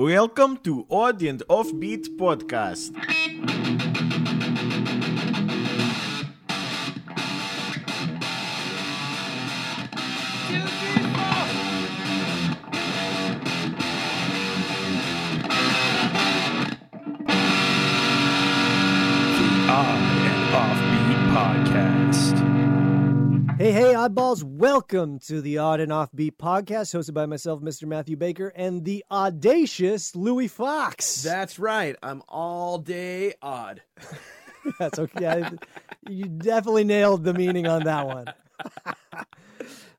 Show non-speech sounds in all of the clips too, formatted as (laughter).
Welcome to Odd and Offbeat Podcast. On and Offbeat Podcast. Hey, hey, oddballs, welcome to the Odd and Offbeat podcast hosted by myself, Mr. Matthew Baker, and the audacious Louis Fox. That's right. I'm all day odd. (laughs) That's okay. Yeah, you definitely nailed the meaning on that (laughs) one.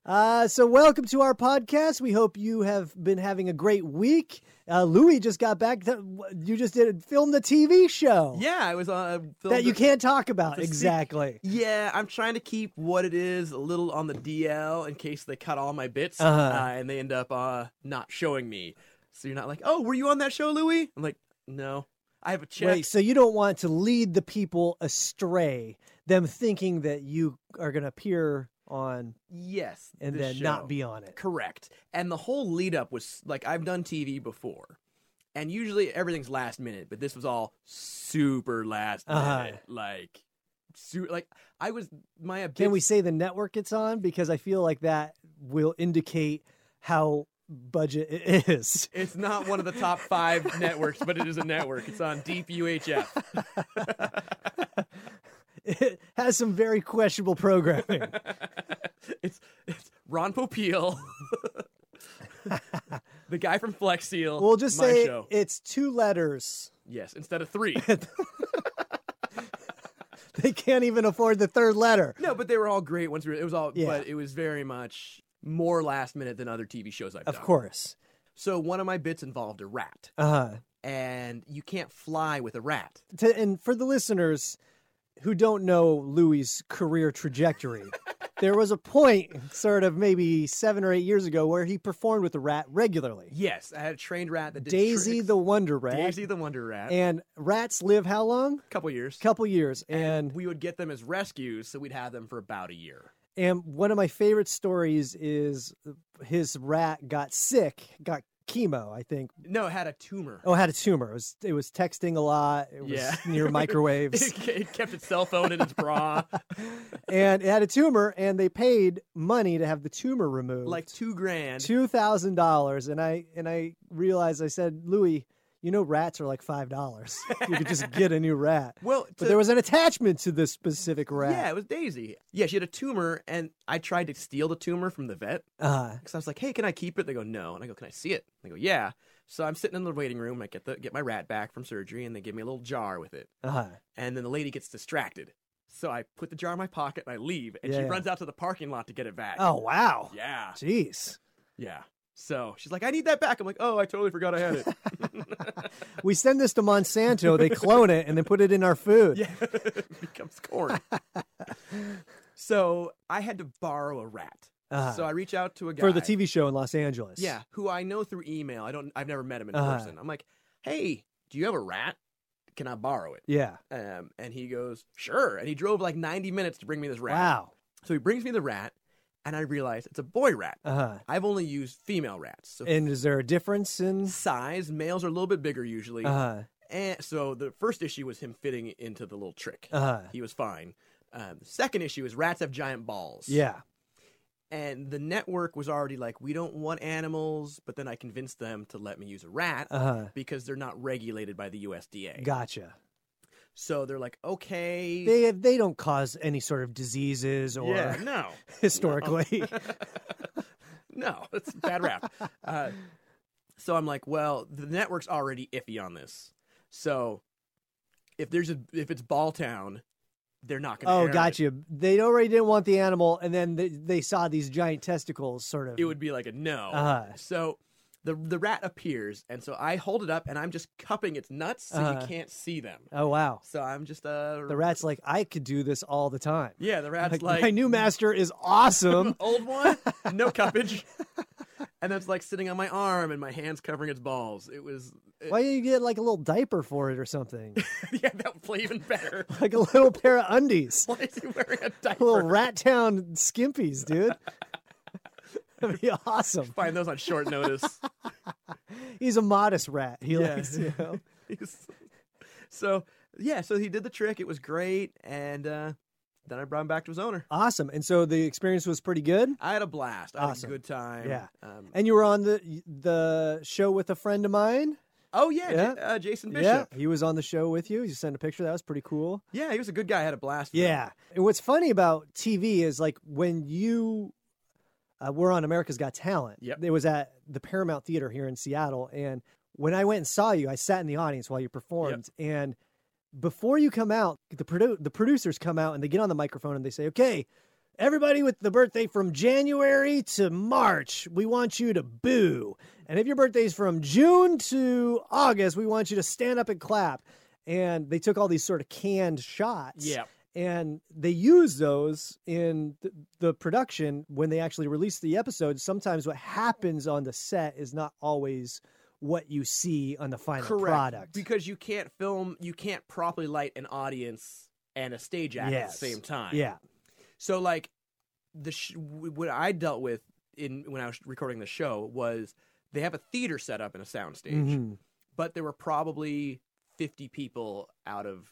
Uh, so, welcome to our podcast. We hope you have been having a great week. Uh, Louis just got back. To, you just did filmed a TV show Yeah, I was on. Uh, that you can't talk about. The sec- Exactly. Yeah, I'm trying to keep what it is a little on the DL in case they cut all my bits Uh-huh. uh, and they end up uh, not showing me. So you're not like, oh, were you on that show, Louis? I'm like, no, I have a check. Wait, so you don't want to lead the people astray, them thinking that you are going to appear on yes, and this then not show. be on it. Correct. And the whole lead up was like I've done TV before. And usually everything's last minute, but this was all super last Uh-huh. minute. Like su- like I was my Can big- we say the network it's on? Because I feel like that will indicate how budget it (laughs) is. It's not one of the top 5 networks, but it is a network. It's on deep UHF. It has some very questionable programming. (laughs) it's it's Ron Popeil. (laughs) the guy from Flex Seal. we'll just my say show. it's two letters. yes, instead (laughs) of 3. They can't even afford the third letter. no, but they were all great once we were, it was all Yeah. but it was very much more last minute than other TV shows I've Of done. course. So one of my bits involved a rat, Uh-huh. and you can't fly with a rat. to, and for the listeners who don't know Louis's career (laughs) trajectory, there was a point, sort of maybe seven or eight years ago, where he performed with the rat regularly. Yes, I had a trained rat that did Daisy tricks. the Wonder Rat. Daisy the Wonder Rat. and rats live how long? couple years. Couple years. And we would get them as rescues, so we'd have them for about a year. and one of my favorite stories is his rat got sick, got chemo, I think. No, it had a tumor. Oh, had a tumor. It was it was texting a lot. It was Yeah. near (laughs) microwaves. It, (laughs) it kept its cell phone in its (laughs) bra, and it had a tumor and they paid money to have the tumor removed. like two grand. two thousand dollars, and I and I realized I said, Louis, you know rats are like five dollars. you could just get a new rat. (laughs) well, But to- there was an attachment to this specific yeah, rat. it was Daisy. Yeah, she had a tumor, and I tried to steal the tumor from the vet. Uh, Because I was like, hey, can I keep it? They go, no. And I go, can I see it? They go, yeah. So I'm sitting in the waiting room. I get the get my rat back from surgery, and they give me a little jar with it. uh, And then the lady gets distracted. So I put the jar in my pocket and I leave. And she Yeah. runs out to the parking lot to get it back. oh wow. Yeah. Jeez. Yeah. So she's like, I need that back. I'm like, oh, I totally forgot I had it. We send this to Monsanto, they clone it and then put it in our (laughs) food. (laughs) yeah. it becomes corn. (laughs) so I had to borrow a rat. Uh, So I reach out to a guy. for the TV show in Los Angeles. Yeah, who I know through email. I don't. I've never met him in Uh-huh. person. I'm like, hey, do you have a rat? Can I borrow it? Yeah. Um, and he goes, sure. And he drove like 90 minutes to bring me this rat. Wow. So he brings me the rat, and I realize it's a boy rat. Uh huh. I've only used female rats. So And is there a difference in? size, males are a little bit bigger usually. Uh huh. And so the first issue was him fitting into the little trick. Uh huh. He was fine. Um, the second issue is rats have giant balls. Yeah. And the network was already like, we don't want animals, but then I convinced them to let me use a rat. Uh huh. because they're not regulated by the USDA. Gotcha. so they're like, okay, They they don't cause any sort of diseases or yeah, (laughs) no, (laughs) historically. no, (laughs) it's a bad rap. uh, so I'm like, well, the network's already iffy on this. So if there's a if it's Ball Town, they're not going. Oh, gotcha. They already didn't want the animal, and then they, they saw these giant testicles, sort of. It. would be like a no. Uh-huh. So. The, the rat appears, and so I hold it up, and I'm just cupping its nuts so Uh-huh. you can't see them. Oh wow. So I'm just uh The rat's like, I could do this all the time. yeah the rat's Like, like my new master is awesome. (laughs) old one, (laughs) no cuppage. and that's like sitting on my arm and my hands covering its balls. It was (laughs) it- Why don't you get like a little diaper for it or (laughs) something? yeah, that would play even better. (laughs) (laughs) like a little pair of undies, Why is he wearing a a little (laughs) diaper? Rat Town (laughs) skimpies, dude. (laughs) That'd be awesome. (laughs) Find those on short notice. He's a modest rat. He Yeah. likes, you (laughs) know. He's- so yeah, so he did the trick. It was great, and uh, then I brought him back to his owner. Awesome. And so the experience was pretty good. I had a blast. I Awesome. had a good time. Yeah. Um, And you were on the the show with a friend of mine. oh yeah, Yeah. J- uh, Jason Yeah, Bishop. he was on the show with you. You sent a picture. That was pretty cool. Yeah. he was a good guy. I had a blast. with him. Yeah. And what's funny about TV is like when you uh, were on America's Got Talent, Yep. it was at the Paramount Theater here in Seattle. And when I went and saw you, I sat in the audience while you performed. And before you come out, the, produ- the producers come out and they get on the microphone and they say, okay, everybody with the birthday from January to March, we want you to boo. And if your birthday's from June to August, we want you to stand up and clap. And they took all these sort of canned shots Yeah. and they use those in th- the production when they actually release the episode. Sometimes what happens on the set is not always what you see on the final Correct. product. Because you can't film, you can't properly light an audience and a stage act at the Yes. same time. yeah, So like the sh- w- what I dealt with in when I was recording the show was they have a theater set up in a soundstage, Mhm. but there were probably 50 people out of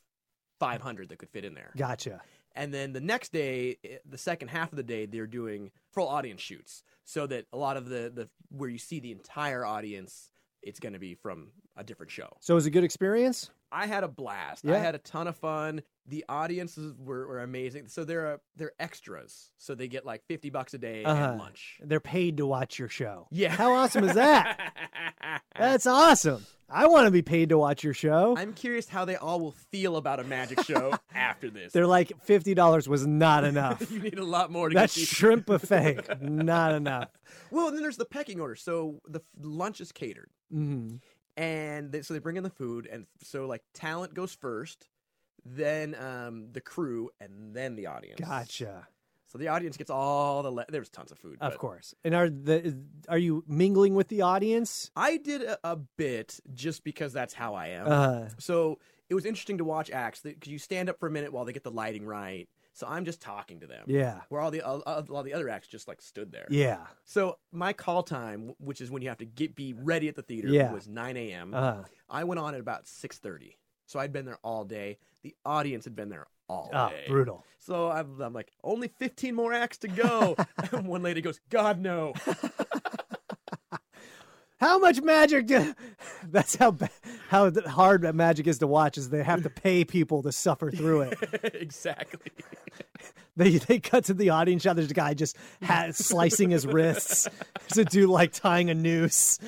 500 that could fit in there. gotcha. And then the next day, i- the second half of the day, they're doing full audience shoots, so that a lot of the, the where you see the entire audience, it's going to be from a different show. So it was a good experience. I had a blast. I Yeah. had a ton of fun. The audiences were, were amazing. So they're uh, they're extras, so they get like fifty bucks a day Uh-huh. and lunch. They're paid to watch your show. Yeah, How awesome is (laughs) that? That's awesome. I want to be paid to watch your show. I'm curious how they all will feel about a magic show (laughs) after this. They're like fifty dollars was not enough. (laughs) you need a lot more to that get. these- shrimp buffet, not enough. Well, and then there's the pecking order. So the f- lunch is catered. Mhm. and they, so they bring in the food and so like talent goes first then um the crew and then the audience Gotcha. so the audience gets all the le- there was tons of food Of but course. And are the are you mingling with the audience? i did a, a bit just because that's how i am Uh, so it was interesting to watch acts because you stand up for a minute while they get the lighting right so i'm just talking to them yeah. where all the uh, uh, all the other acts just like stood there Yeah. so my call time which is when you have to get be ready at the theater Yeah. was 9 a.m Uh, I went on at about six thirty, so I'd been there all day. The audience had been there all oh, day. brutal. So I'm, I'm like, only fifteen more acts to (laughs) go. and one lady goes, "God no!" (laughs) How much magic do (laughs) That's how ba- how th- hard that magic is to watch is they have to pay people to suffer through it. (laughs) exactly. They they cut to the audience shot there's a guy just ha- slicing his wrists. (laughs) There's a dude like tying a noose.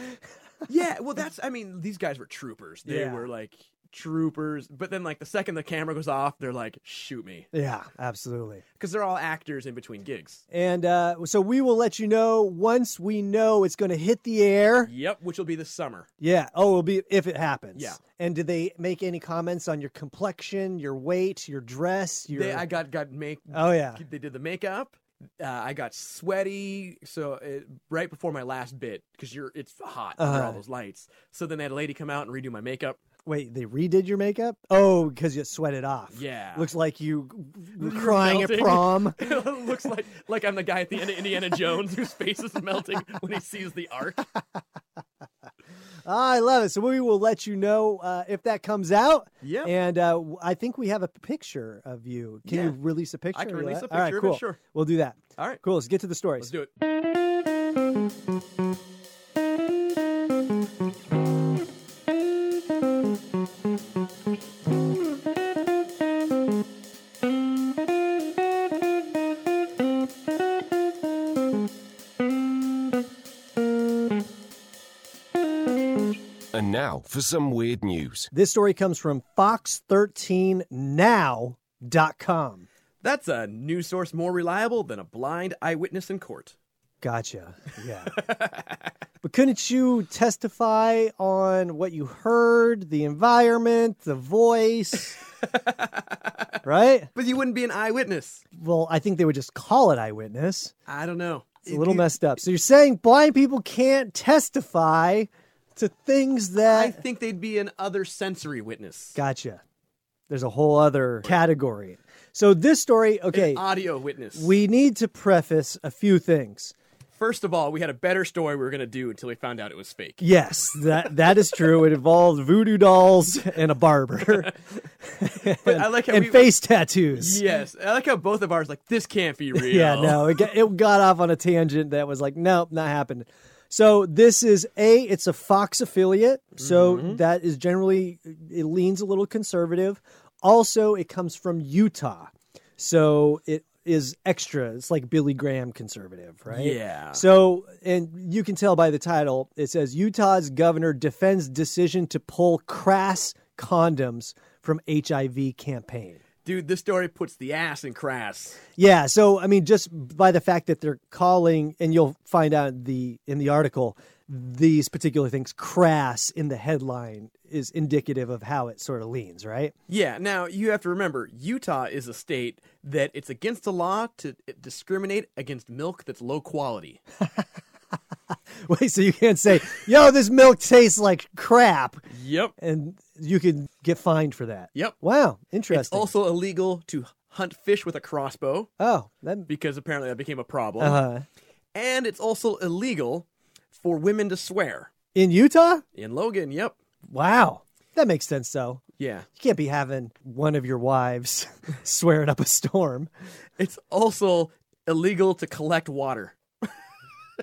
yeah. Well, that's. I mean, these guys were troopers. They Yeah. were like troopers. But then, like the second the camera goes off, they're like, "Shoot me," Yeah, absolutely. because they're all actors in between gigs. And uh, so we will let you know once we know it's going to hit the air. Yep. Which will be this summer. Yeah. Oh, it'll be if it happens. Yeah. And did they make any comments on your complexion, your weight, your dress, your? They, I got got make oh yeah. they did the makeup. Uh, I got sweaty, so it, right before my last bit, because you're it's hot under Uh-huh. all those lights. So then they had a lady come out and redo my makeup. (laughs) Wait, they redid your makeup? Oh, because you sweated off. Yeah, Looks like you (laughs) were You're crying at melting. (laughs) prom. It looks like like I'm the guy at the end of Indiana Jones whose face is melting when he sees the arc. Ah, I love it. So we will let you know uh, if that comes out. Yeah, And uh, w- I think we have a picture of you. Can you Yeah. release a picture? I can of release that? a All right, picture of it, cool. sure. We'll do that. all right, Cool. Let's get to the stories. let's do it. And now for some weird news. This story comes from fox13now.com. That's a news source more reliable than a blind eyewitness in court. Gotcha. Yeah. but couldn't you testify on what you heard, the environment, the (laughs) voice? right? But you wouldn't be an eyewitness. Well, I think they would just call it eyewitness. I don't know. It's a little You- messed up. So you're saying blind people can't testify to things that. I think they'd be an other sensory witness. Gotcha. There's a whole other category. So this story, okay. Audio witness. We need to preface a few things. First of all, we had a better story we were going to do until we found out it was fake. Yes, that that is true. It involved voodoo dolls and a barber. and, I like how and we- face (laughs) tattoos. Yes. I like how both of ours like this can't be real. (laughs) Yeah, no, it got, it got off on a tangent that was like, nope, not happening. So this is a, it's a Fox affiliate, so Mm-hmm. that is generally it leans a little conservative. Also, it comes from Utah, so it is extra. It's like Billy Graham conservative, right? Yeah. So, and you can tell by the title, it says Utah's governor defends decision to pull crass condoms from HIV campaign. Dude, this story puts the ass in crass. Yeah, so I mean, just by the fact that they're calling, and you'll find out the in the article, these particular things crass in the headline is indicative of how it sort of leans, right? (laughs) Yeah. Now, you have to remember Utah is a state that it's against the law to eh, discriminate against milk that's low quality. Wait, so you can't say, "Yo, this milk tastes like crap," Yep. and you can get fined for that. Yep. Wow, It's interesting. also illegal to hunt fish with a crossbow oh, that. because apparently that became a problem. Uh, And it's also illegal for women to swear. in Utah? In Logan, yep. Wow, that makes sense. Though Yeah. you can't be having one of your wives (laughs) swearing up a (laughs) storm. It's also illegal to collect water.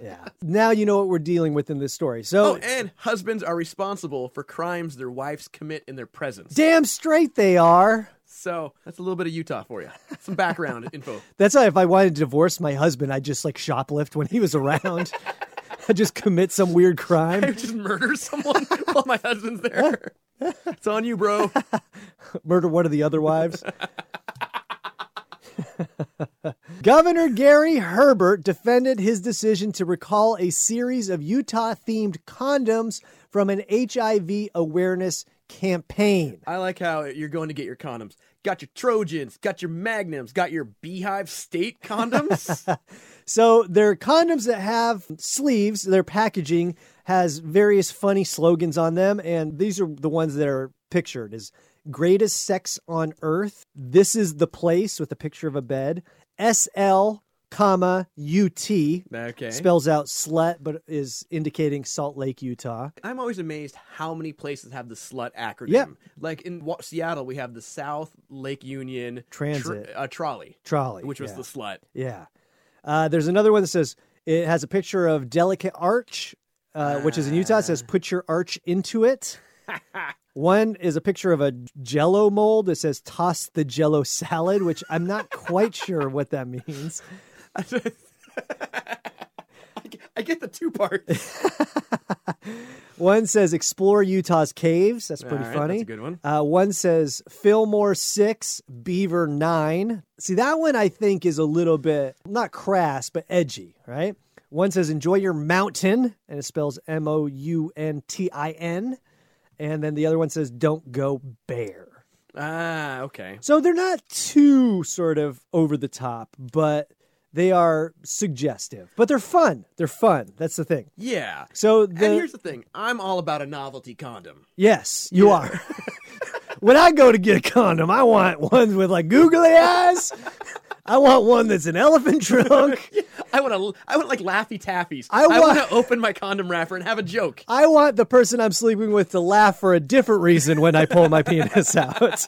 Yeah. now you know what we're dealing with in this story. So Oh, and husbands are responsible for crimes their wives commit in their presence. Damn straight they are. So that's a little bit of Utah for you. Some background (laughs) info. That's why if I wanted to divorce my husband, I'd just like shoplift when he was around. (laughs) I'd just commit some weird I (laughs) crime, just murder someone (laughs) while my husband's there. (laughs) It's on you, bro. murder one of the other wives. (laughs) Governor Gary Herbert defended his decision to recall a series of Utah themed condoms from an HIV awareness campaign. I like how you're going to get your condoms. Got your Trojans, got your Magnums, got your Beehive State (laughs) condoms. So they're condoms that have sleeves. Their packaging has various funny slogans on them, and these are the ones that are pictured as greatest sex on earth. This is the place with a picture of a bed. SL comma UT okay. spells out slut, but is indicating Salt Lake, Utah. I'm always amazed how many places have the slut acronym. Yeah. Like in Wa- Seattle, we have the South Lake Union Transit. uh, trolley, Trolley, which was yeah. the slut. Yeah. Uh, there's another one that says it has a picture of delicate arch, uh, which is in Utah. It says Ah. put your arch into (laughs) it. one is a picture of a jello mold that says toss the jello salad, which I'm not quite sure what that means. I get- I get the two parts. One says explore Utah's caves. That's pretty All right, that's funny. a good one. Uh, one says Fillmore six, Beaver nine. See that one I think is a little bit not crass but edgy, right? One says enjoy your mountain, and it spells M O U N T I N, and then the other one says don't go bear. Ah, okay. So they're not too sort of over the top, but they are suggestive. But they're fun. They're fun. That's the thing. Yeah. So the, and here's the thing I'm all about a novelty condom. Yes, you are. (laughs) when I go to get a condom, I want ones with like googly eyes. I want one that's an elephant trunk. I want to, I want like Laffy Taffies. I wa- (laughs) to open my condom wrapper and have a joke. I want the person I'm sleeping with to laugh for a different reason when I pull my penis (laughs) out.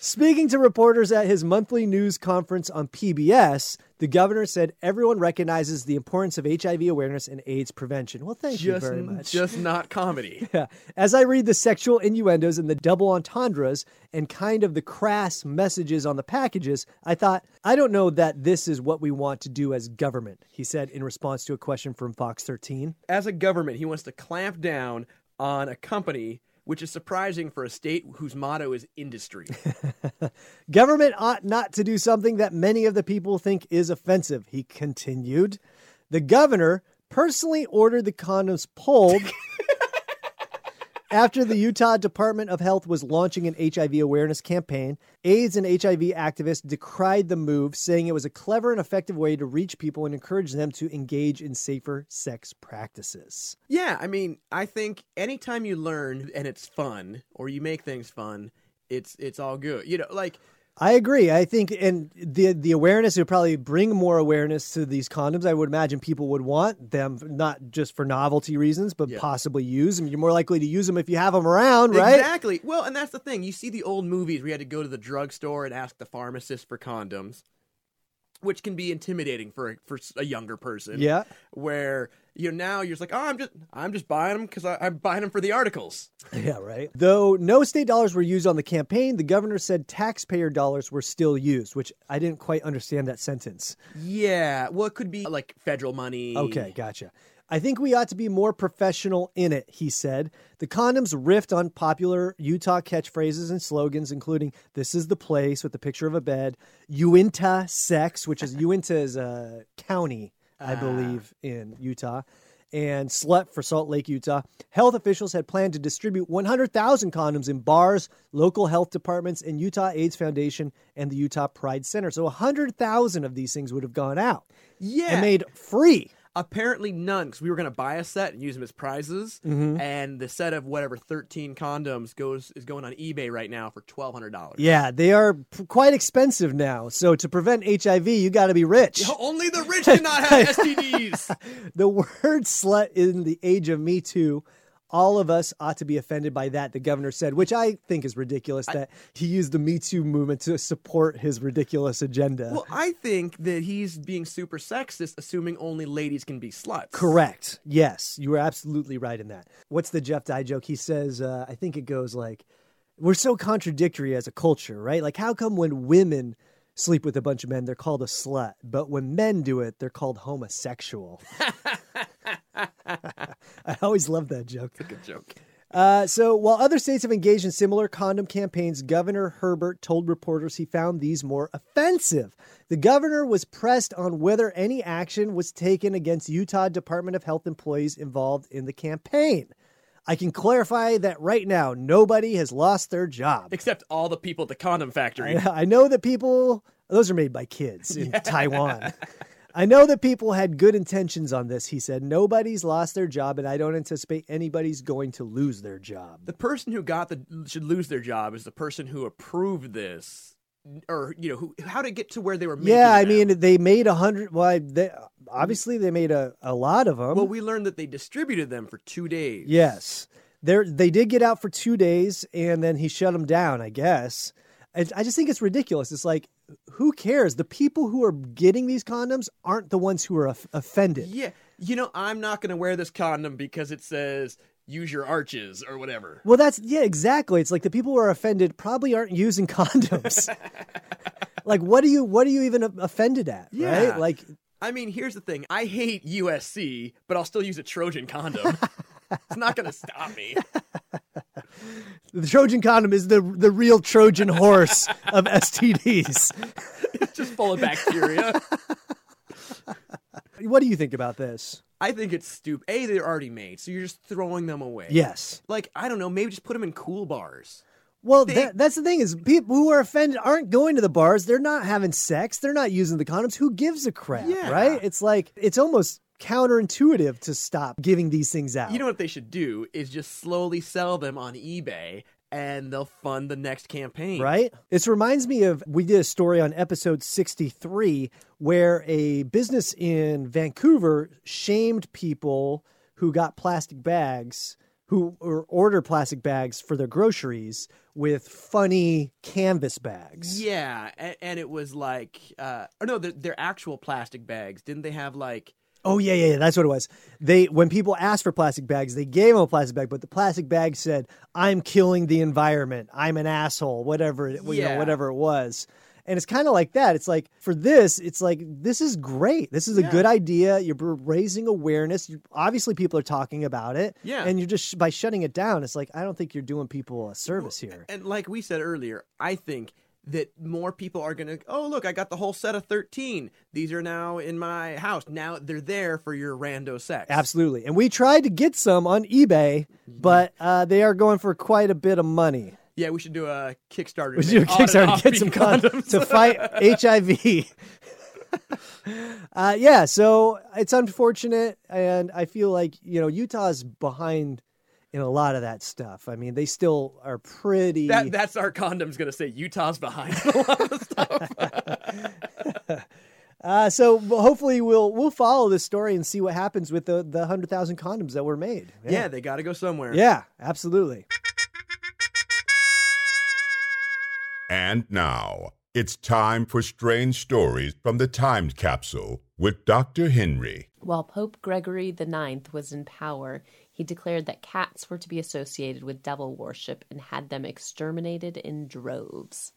Speaking to reporters at his monthly news conference on PBS, the governor said everyone recognizes the importance of HIV awareness and AIDS prevention. Well, thank you Just, very much. (laughs) just not comedy. Yeah. As I read the sexual innuendos and the double entendres and kind of the crass messages on the packages, I thought, I don't know that this is what we want to do as government, he said in response to a question from Fox 13. as a government, he wants to clamp down on a company, which is surprising for a state whose motto is (laughs) industry. Government ought not to do something that many of the people think is offensive, he continued. The governor personally ordered the condoms pulled after the Utah Department of Health was launching an HIV awareness campaign. AIDS and HIV activists decried the move, saying it was a clever and effective way to reach people and encourage them to engage in safer sex practices. yeah, I mean, I think anytime you learn and it's fun or you make things fun, it's it's all good. You know, like I agree. I think, and the the awareness would probably bring more awareness to these condoms. I would imagine people would want them, not just for novelty reasons, but Yeah. possibly use them. You're more likely to use them if you have them around, right? Exactly. Well, and that's the thing. You see the old movies where you had to go to the drugstore and ask the pharmacist for condoms, which can be intimidating for a, for a younger person. Yeah. Where you know now you're just like, oh, I'm just I'm just buying them because I'm buying them for the articles. (laughs) Yeah, right. Though no state dollars were used on the campaign, the governor said taxpayer dollars were still used, which I didn't quite understand that sentence. Yeah. Well, it could be uh, like federal money. Okay, gotcha. I think we ought to be more professional in it, he said. The condoms riffed on popular Utah catchphrases and slogans, including This is the place with the picture of a bed, Uinta sex, which is Uinta is a county, I believe, in Utah, and slut for Salt Lake, Utah. Health officials had planned to distribute 100,000 condoms in bars, local health departments, and Utah AIDS Foundation and the Utah Pride Center. So 100,000 of these things would have gone out Yeah. and made free. Apparently none, because we were going to buy a set and use them as prizes, Mm-hmm. and the set of whatever thirteen condoms goes is going on eBay right now for twelve hundred dollars. Yeah, they are p- quite expensive now. So to prevent HIV, you got to be rich. Only the rich cannot (laughs) have STDs. The (laughs) word slut in the age of Me Too, all of us ought to be offended by that, the governor said, which I think is ridiculous that he used the Me Too movement to support his ridiculous agenda. Well, I think that he's being super sexist, assuming only ladies can be sluts. Correct. Yes, you were absolutely right in that. What's the Jeff Dye joke? He says, uh, I think it goes like, we're so contradictory as a culture, right? Like, how come when women sleep with a bunch of men, they're called a slut, but when men do it, they're called homosexual? (laughs) I always love that joke. Good joke. Uh, so, while other states have engaged in similar condom campaigns, Governor Herbert told reporters he found these more offensive. The governor was pressed on whether any action was taken against Utah Department of Health employees involved in the campaign. I can clarify that right now, nobody has lost their job. Except all the people at the condom factory. I know that people, those are made by kids in Taiwan. I know that people had good intentions on this, he said. Nobody's lost their job, and I don't anticipate anybody's going to lose their job. The person who got the should lose their job is the person who approved this, or you know, who how to get to where they were. Making Yeah, I them. mean, they made a hundred. Well, they, obviously they made a, a lot of them. well, we learned that they distributed them for two days. yes, they they did get out for two days, and then he shut them down. I guess. I, I just think it's ridiculous. It's like, who cares? The people who are getting these condoms aren't the ones who are off- offended. yeah. You know, I'm not going to wear this condom because it says use your arches or whatever. Well, that's yeah, exactly. It's like the people who are offended probably aren't using (laughs) (laughs) condoms. like, what are you? What are you even offended at? Yeah. Right? Like, I mean, here's the thing. I hate USC, but I'll still use a Trojan condom. (laughs) it's not going to stop me. The Trojan condom is the the real Trojan horse of STDs. It's (laughs) just full of bacteria. What do you think about this? (laughs) I think it's stupid. A, they're already made, so you're just throwing them away. Yes. Like, I don't know, maybe just put them in cool bars. Well, that, that's the thing is people who are offended aren't going to the bars. They're not having sex. They're not using the condoms. Who gives a crap, Yeah. right? It's like it's almost counterintuitive to stop giving these things out. You know what they should do is just slowly sell them on eBay and they'll fund the next campaign. Right? This reminds me of we did a story on episode 63 where a business in Vancouver shamed people who got plastic bags who or ordered plastic bags for their groceries with funny canvas bags. Yeah. And, and it was like, uh, or no, they're, they're actual plastic bags. Didn't they have like, Oh yeah, yeah, yeah, that's what it was. They when people asked for plastic bags, they gave them a plastic bag, but the plastic bag said, "I'm killing the environment. I'm an asshole." Whatever, it, you know, Yeah. whatever it was. And it's kind of like that. It's like for this, it's like this is great. This is a good idea. You're br- raising awareness. You, obviously, people are talking about it. Yeah. and you're just by shutting it down. It's like I don't think you're doing people a service here. and like we said earlier, I think that more people are going to, oh, look, I got the whole set of 13. These are now in my house. Now they're there for your rando sex. Absolutely. And we tried to get some on eBay, Mm-hmm. but uh, they are going for quite a bit of money. Yeah, we should do a Kickstarter. We should do a Kickstarter to get some condoms to fight HIV. (laughs) uh, yeah, so it's unfortunate, and I feel like you know Utah's behind. in a lot of that stuff. I mean, they still are pretty. (laughs) That, that's our condom's going to say Utah's behind on a lot of stuff. Uh, so hopefully we'll we'll follow this story and see what happens with the the hundred thousand condoms that were made. yeah. they got to go somewhere. yeah, absolutely. And now, it's time for Strange Stories from the Time Capsule with Dr. Henry. While Pope Gregory IX was in power, he declared that cats were to be associated with devil worship and had them exterminated in droves.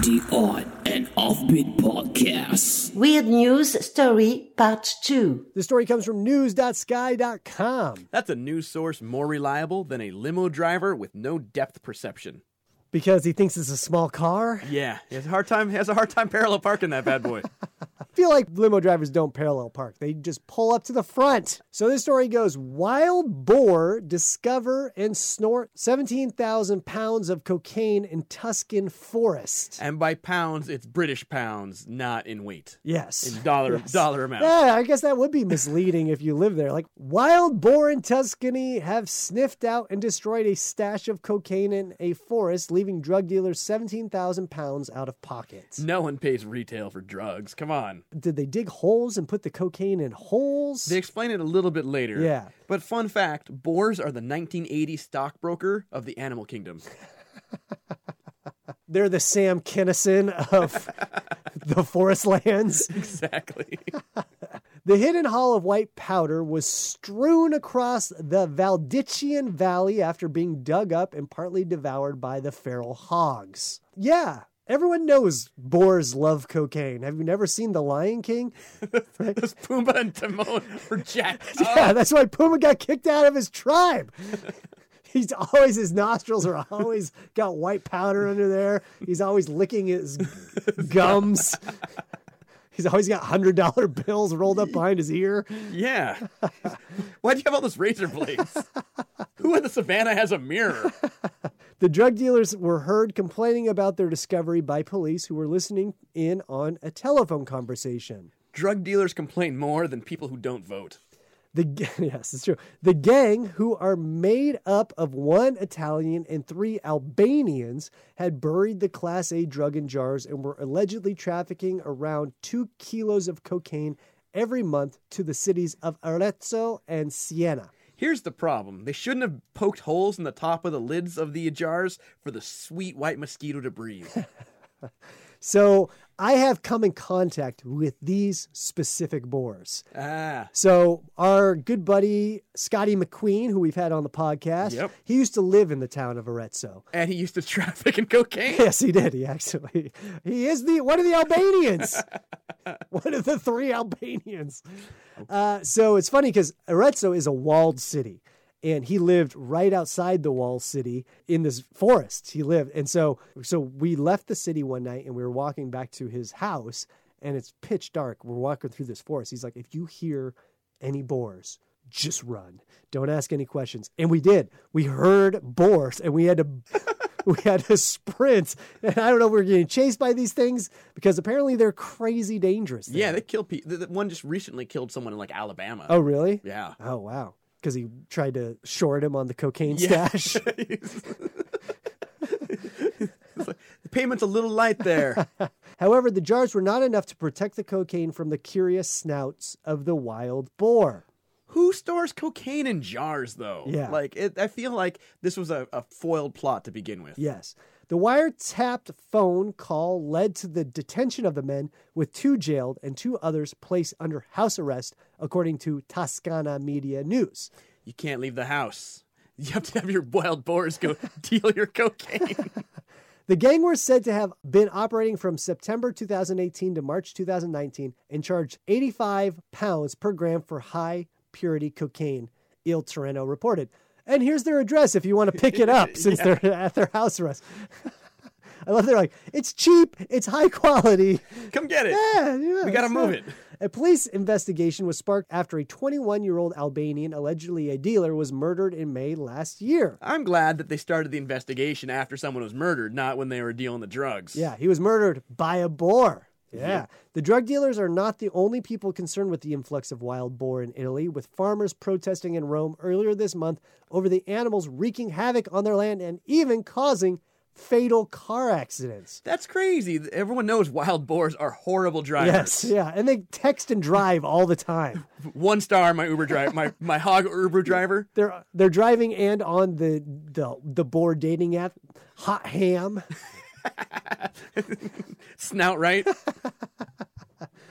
The On and Offbeat Podcast. Weird News Story Part 2. The story comes from news.sky.com That's a news source more reliable than a limo driver with no depth perception. because he thinks it's a small car. Yeah, he has a hard time. Has a hard time parallel parking that bad boy. I feel like limo drivers don't parallel park. They just pull up to the front. So this story goes wild boar discover and snort 17,000 pounds of cocaine in Tuscan forest. (laughs) and by pounds, it's British pounds, not in weight. Yes. In dollar dollar amount. Yeah, I guess that would be misleading if you live there. Like, wild boar in Tuscany have sniffed out and destroyed a stash of cocaine in a forest, leaving drug dealers 17,000 pounds out of pocket. No one pays retail for drugs. Come on. Did they dig holes and put the cocaine in holes? They explain it a little bit later. Yeah. But fun fact boars are the 1980 stockbroker of the animal kingdom. (laughs) They're the Sam Kinnison of (laughs) the forest lands. exactly. The hidden hall of white powder was strewn across the Valdichian Valley after being dug up and partly devoured by the feral hogs. Yeah, everyone knows boars love cocaine. Have you never seen The Lion King? Those Pumbaa and Timon were jacked (laughs) up. Yeah, that's why Puma got kicked out of his tribe. He's always his nostrils are always got white powder under there. He's always licking his gums. He's always got hundred dollar bills rolled up behind his ear. Yeah. (laughs) Why'd you have all those razor blades? Who in the savannah has a mirror? The drug dealers were heard complaining about their discovery by police who were listening in on a telephone conversation. Drug dealers complain more than people who don't vote. The g- (laughs) yes, it's true. The gang, who are made up of one Italian and three Albanians, had buried the Class A drug in jars and were allegedly trafficking around two kilos of cocaine every month to the cities of Arezzo and Siena. Here's the problem they shouldn't have poked holes in the top of the lids of the jars for the sweet white mosquito to breathe. So I have come in contact with these specific boars. ah. So our good buddy Scotty McQueen, who we've had on the podcast, Yep. he used to live in the town of Arezzo. And he used to traffic in cocaine. Yes, he did. He actually he is the one of the Albanians, one of the three Albanians. Uh, so it's funny because Arezzo is a walled city, and he lived right outside the walled city in this forest. He lived, and so so we left the city one night, and we were walking back to his house, and it's pitch dark. We're walking through this forest. He's like, if you hear any boars. Just run. Don't ask any questions. And we did. We heard boars and we had to (laughs) we had to sprint. And I don't know, we were getting chased by these things because apparently they're crazy dangerous. there. Yeah, they kill people. The one just recently killed someone in like Alabama. Oh, really? Yeah. Oh, wow. Because he tried to short him on the cocaine Yeah. stash. It's like, the payment's a little light there. However, the jars were not enough to protect the cocaine from the curious snouts of the wild boar. Who stores cocaine in jars, though? Yeah. Like, it, I feel like this was a, a foiled plot to begin with. Yes. The wiretapped phone call led to the detention of the men, with two jailed and two others placed under house arrest, according to Toscana Media News. You can't leave the house. (laughs) You have to have your wild boars go (laughs) deal your cocaine. (laughs) The gang were said to have been operating from September 2018 to March 2019 and charged 85 pounds per gram for high purity cocaine, Il Torino (laughs) reported. And here's their address if you want to pick it up since they're at their house arrest. (laughs) I love they're like, it's cheap, it's high quality. Come get it. Yeah, yeah, We gotta it's move not- it. A police investigation was sparked after a 21 year old Albanian, allegedly a dealer, was murdered in May last year. I'm glad that they started the investigation after someone was murdered, not when they were dealing the drugs. Yeah, he was murdered by a boar. Yeah. The drug dealers are not the only people concerned with the influx of wild boar in Italy, with farmers protesting in Rome earlier this month over the animals wreaking havoc on their land and even causing fatal car accidents. That's crazy. Everyone knows wild boars are horrible drivers. Yes, (laughs) yeah, and they text and drive all the time. (laughs) One star, my Uber driver, my, my hog Uber driver. They're they're driving and on the the the boar dating app, Hot Ham. Snout right.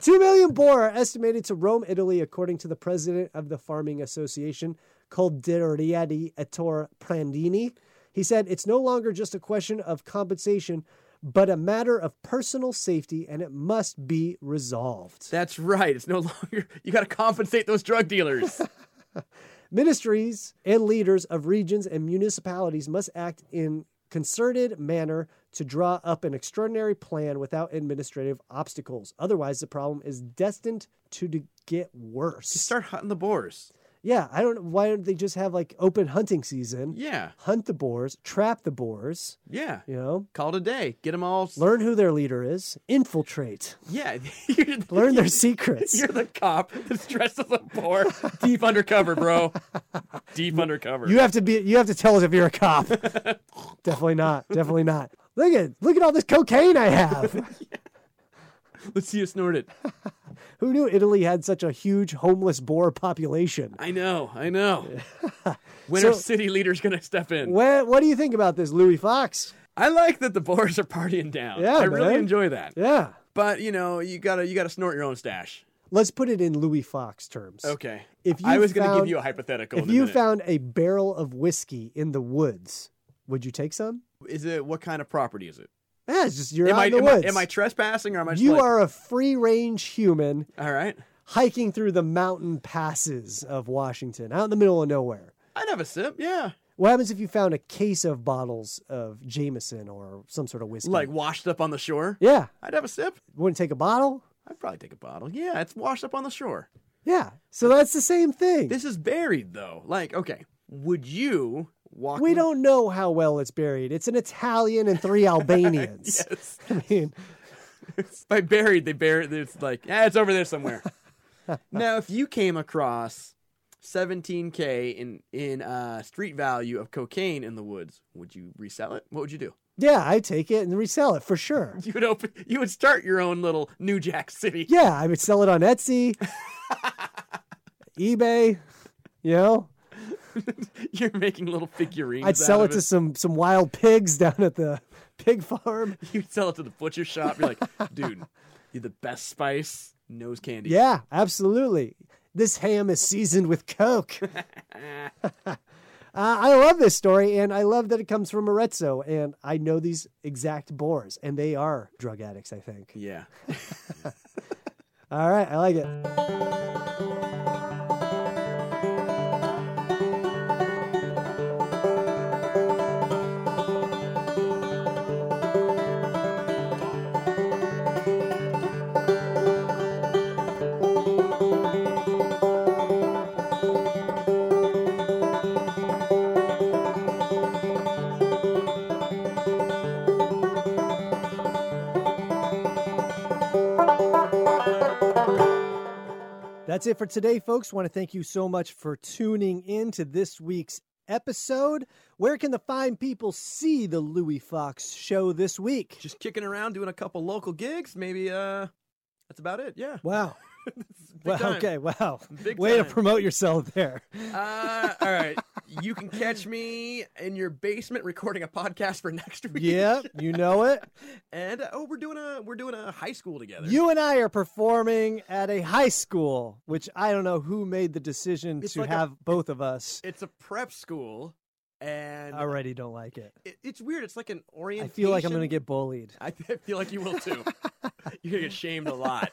Two million boar are estimated to roam Italy, according to the president of the farming association called Diriati Ettore Prandini. He said it's no longer just a question of compensation, but a matter of personal safety, and it must be resolved. That's right. It's no (laughs) longer. You got to compensate those (laughs) drug dealers. Ministries and leaders of regions and municipalities must act in concerted manner to draw up an extraordinary plan without administrative obstacles. Otherwise, the problem is destined to de- get worse. Start hunting the boars. Yeah, I don't. Why don't they just have like open hunting season? Yeah. Hunt the boars, trap the boars. Yeah. You know, Call it a day. Get them all. learn who their leader is, infiltrate, Yeah. (laughs) You're the, learn their secrets. (laughs) You're the cop that's dressed as a boar. Deep undercover, bro. Deep undercover. You have to be. You have to tell us if you're a (laughs) cop. definitely not. Definitely not. Look at look at all this cocaine I (laughs) have. Let's see you snort it. Who knew Italy had such a huge homeless boar population? I know. I (laughs) know. When are So- city leaders going to step in? What what do you think about this, Louis Fox? I like that the boars are partying down. Yeah, I really man. enjoy that. Yeah, But you know, you gotta you gotta snort your own stash. let's put it in Louis Fox terms. Okay. If I you was gonna give found- you a hypothetical. If in a you minute. found a barrel of whiskey in the woods, would you take some? is it what kind of property is it? Yeah, it's just you're am out I, in the am, woods. I am I trespassing or am I? Just you like- are a free range human All right. hiking through the mountain passes of Washington, out in the middle of nowhere. I'd have a sip. Yeah. What happens if you found a case of bottles of Jameson or some sort of whiskey? Like washed up on the shore. yeah, I'd have a sip. wouldn't take a bottle. I'd probably take a bottle. Yeah, it's washed up on the shore. Yeah, so that's the same thing. This is buried though. Like, okay, would you walk? (laughs) we don't know how well it's buried. It's an Italian and three Albanians. Yes. I mean, By buried, they bury. It's like, yeah, it's over (laughs) there somewhere. now, if you came across 17k in in uh, street value of cocaine in the woods, would you resell it? What would you do? (laughs) yeah, I take it and resell it for sure. You would open. You would start your own little New Jack City. (laughs) Yeah, I would sell it on Etsy, eBay. You know, You're making little figurines. I'd sell out it of to some some wild (laughs) pigs down at the pig (laughs) farm. You'd sell it to the butcher shop. (laughs) You're like, dude, you're the best spice nose candy. Yeah, absolutely. This ham is seasoned with Coke. (laughs) (laughs) uh, I love this story, and I love that it comes from Arezzo. And I know these exact boars, and they are drug addicts. I think. Yeah. All right, I like it. That's it for today, folks. Want to thank you so much for tuning in to this week's episode. Where can the fine people see the Louis Fox show this week? Just kicking around, doing a couple local gigs. Maybe. Uh, that's about it. Yeah. (laughs) Wow. Wow, time. okay, wow. Big Way to time. promote yourself (laughs) there. Uh, all right. You can catch me in your basement recording a podcast for next week. yeah, you know (laughs) it. And uh, oh, we're doing a we're doing a high school together. You and I are performing at a high school, which I don't know who made the decision It's to like a- (laughs) have both of us. It's a prep school, and Already don't like it. it, it's weird. It's like an I orientation. feel like I'm going to get bullied. (laughs) I th- I (laughs) feel like you will too. You're gonna get shamed a lot.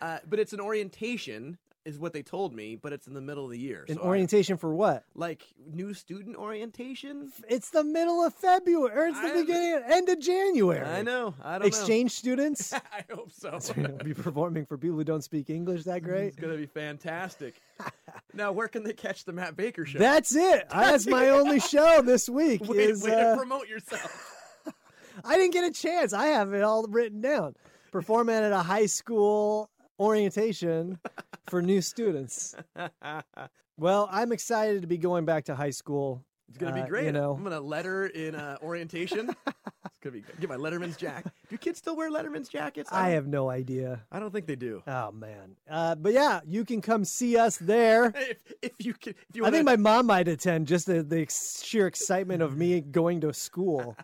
Uh, but it's an orientation. is what they told me, but it's in the middle of the year. An so I- orientation for what? like new student orientation. It's the middle of February. Or it's the I- beginning, end of January. I know. I don't Exchange students. (laughs) know. (laughs) I hope so. We'll be performing for people who don't speak English that great. (laughs) It's gonna be fantastic. (laughs) now, where can they catch the Matt Baker show? That's it. That's my only show this week. (laughs) way, is, way uh, to promote yourself. I didn't get a chance. I have it all written down. Performing at a high school orientation for new students. Well, I'm excited to be going back to high school. It's gonna Uh, be great. you know. I'm gonna letter in uh, (laughs) orientation. it's gonna be good. get my Letterman's jacket. Do kids still wear Letterman's jackets? I don't- have no idea. I don't think they (laughs) do. Oh man. Uh, but yeah, you can come see us there. If, if you can, if you I want think my mom might attend just the, the ex- sheer excitement of me going to school.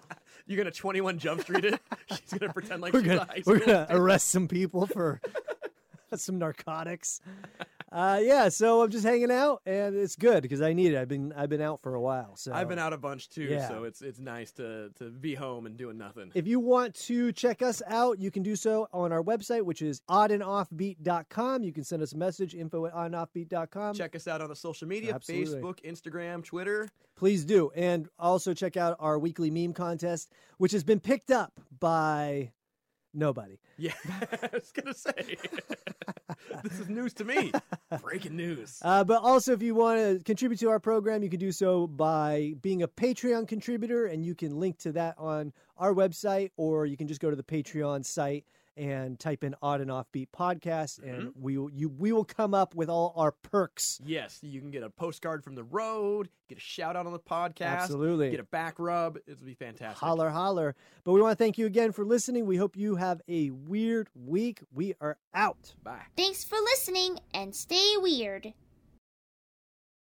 you're gonna 21 Jump (laughs) Street it. (laughs) She's gonna pretend like we're she's a gonna high we're school gonna arrest some people for (laughs) some (laughs) narcotics. Uh, yeah, so I'm just hanging out, and it's good because I need it. I've been I've been out for a while, so I've been out a bunch too, Yeah. so it's it's nice to to be home and doing nothing. If you want to check us out, you can do so on our website, which is oddandoffbeat.com. You can send us a message, info at oddandoffbeat.com. Check us out on the social media: um, Absolutely. Facebook, Instagram, Twitter. Please do. And also check out our weekly meme contest, which has been picked up by nobody. Yeah, (laughs) I was gonna say (laughs) this is news to me. Breaking news. Uh, but also, if you want to contribute to our program, you can do so by being a Patreon contributor, and you can link to that on our website, or you can just go to the Patreon site and type in "Odd and Offbeat Podcast," and Mm-hmm. we will you we will come up with all our perks. Yes, you can get a postcard from the road, get a shout out on the podcast, Absolutely. get a back rub. It'll be fantastic. Holler, holler! But we want to thank you again for listening. We hope you have a weird week. We are out. Bye. Thanks for listening and stay weird.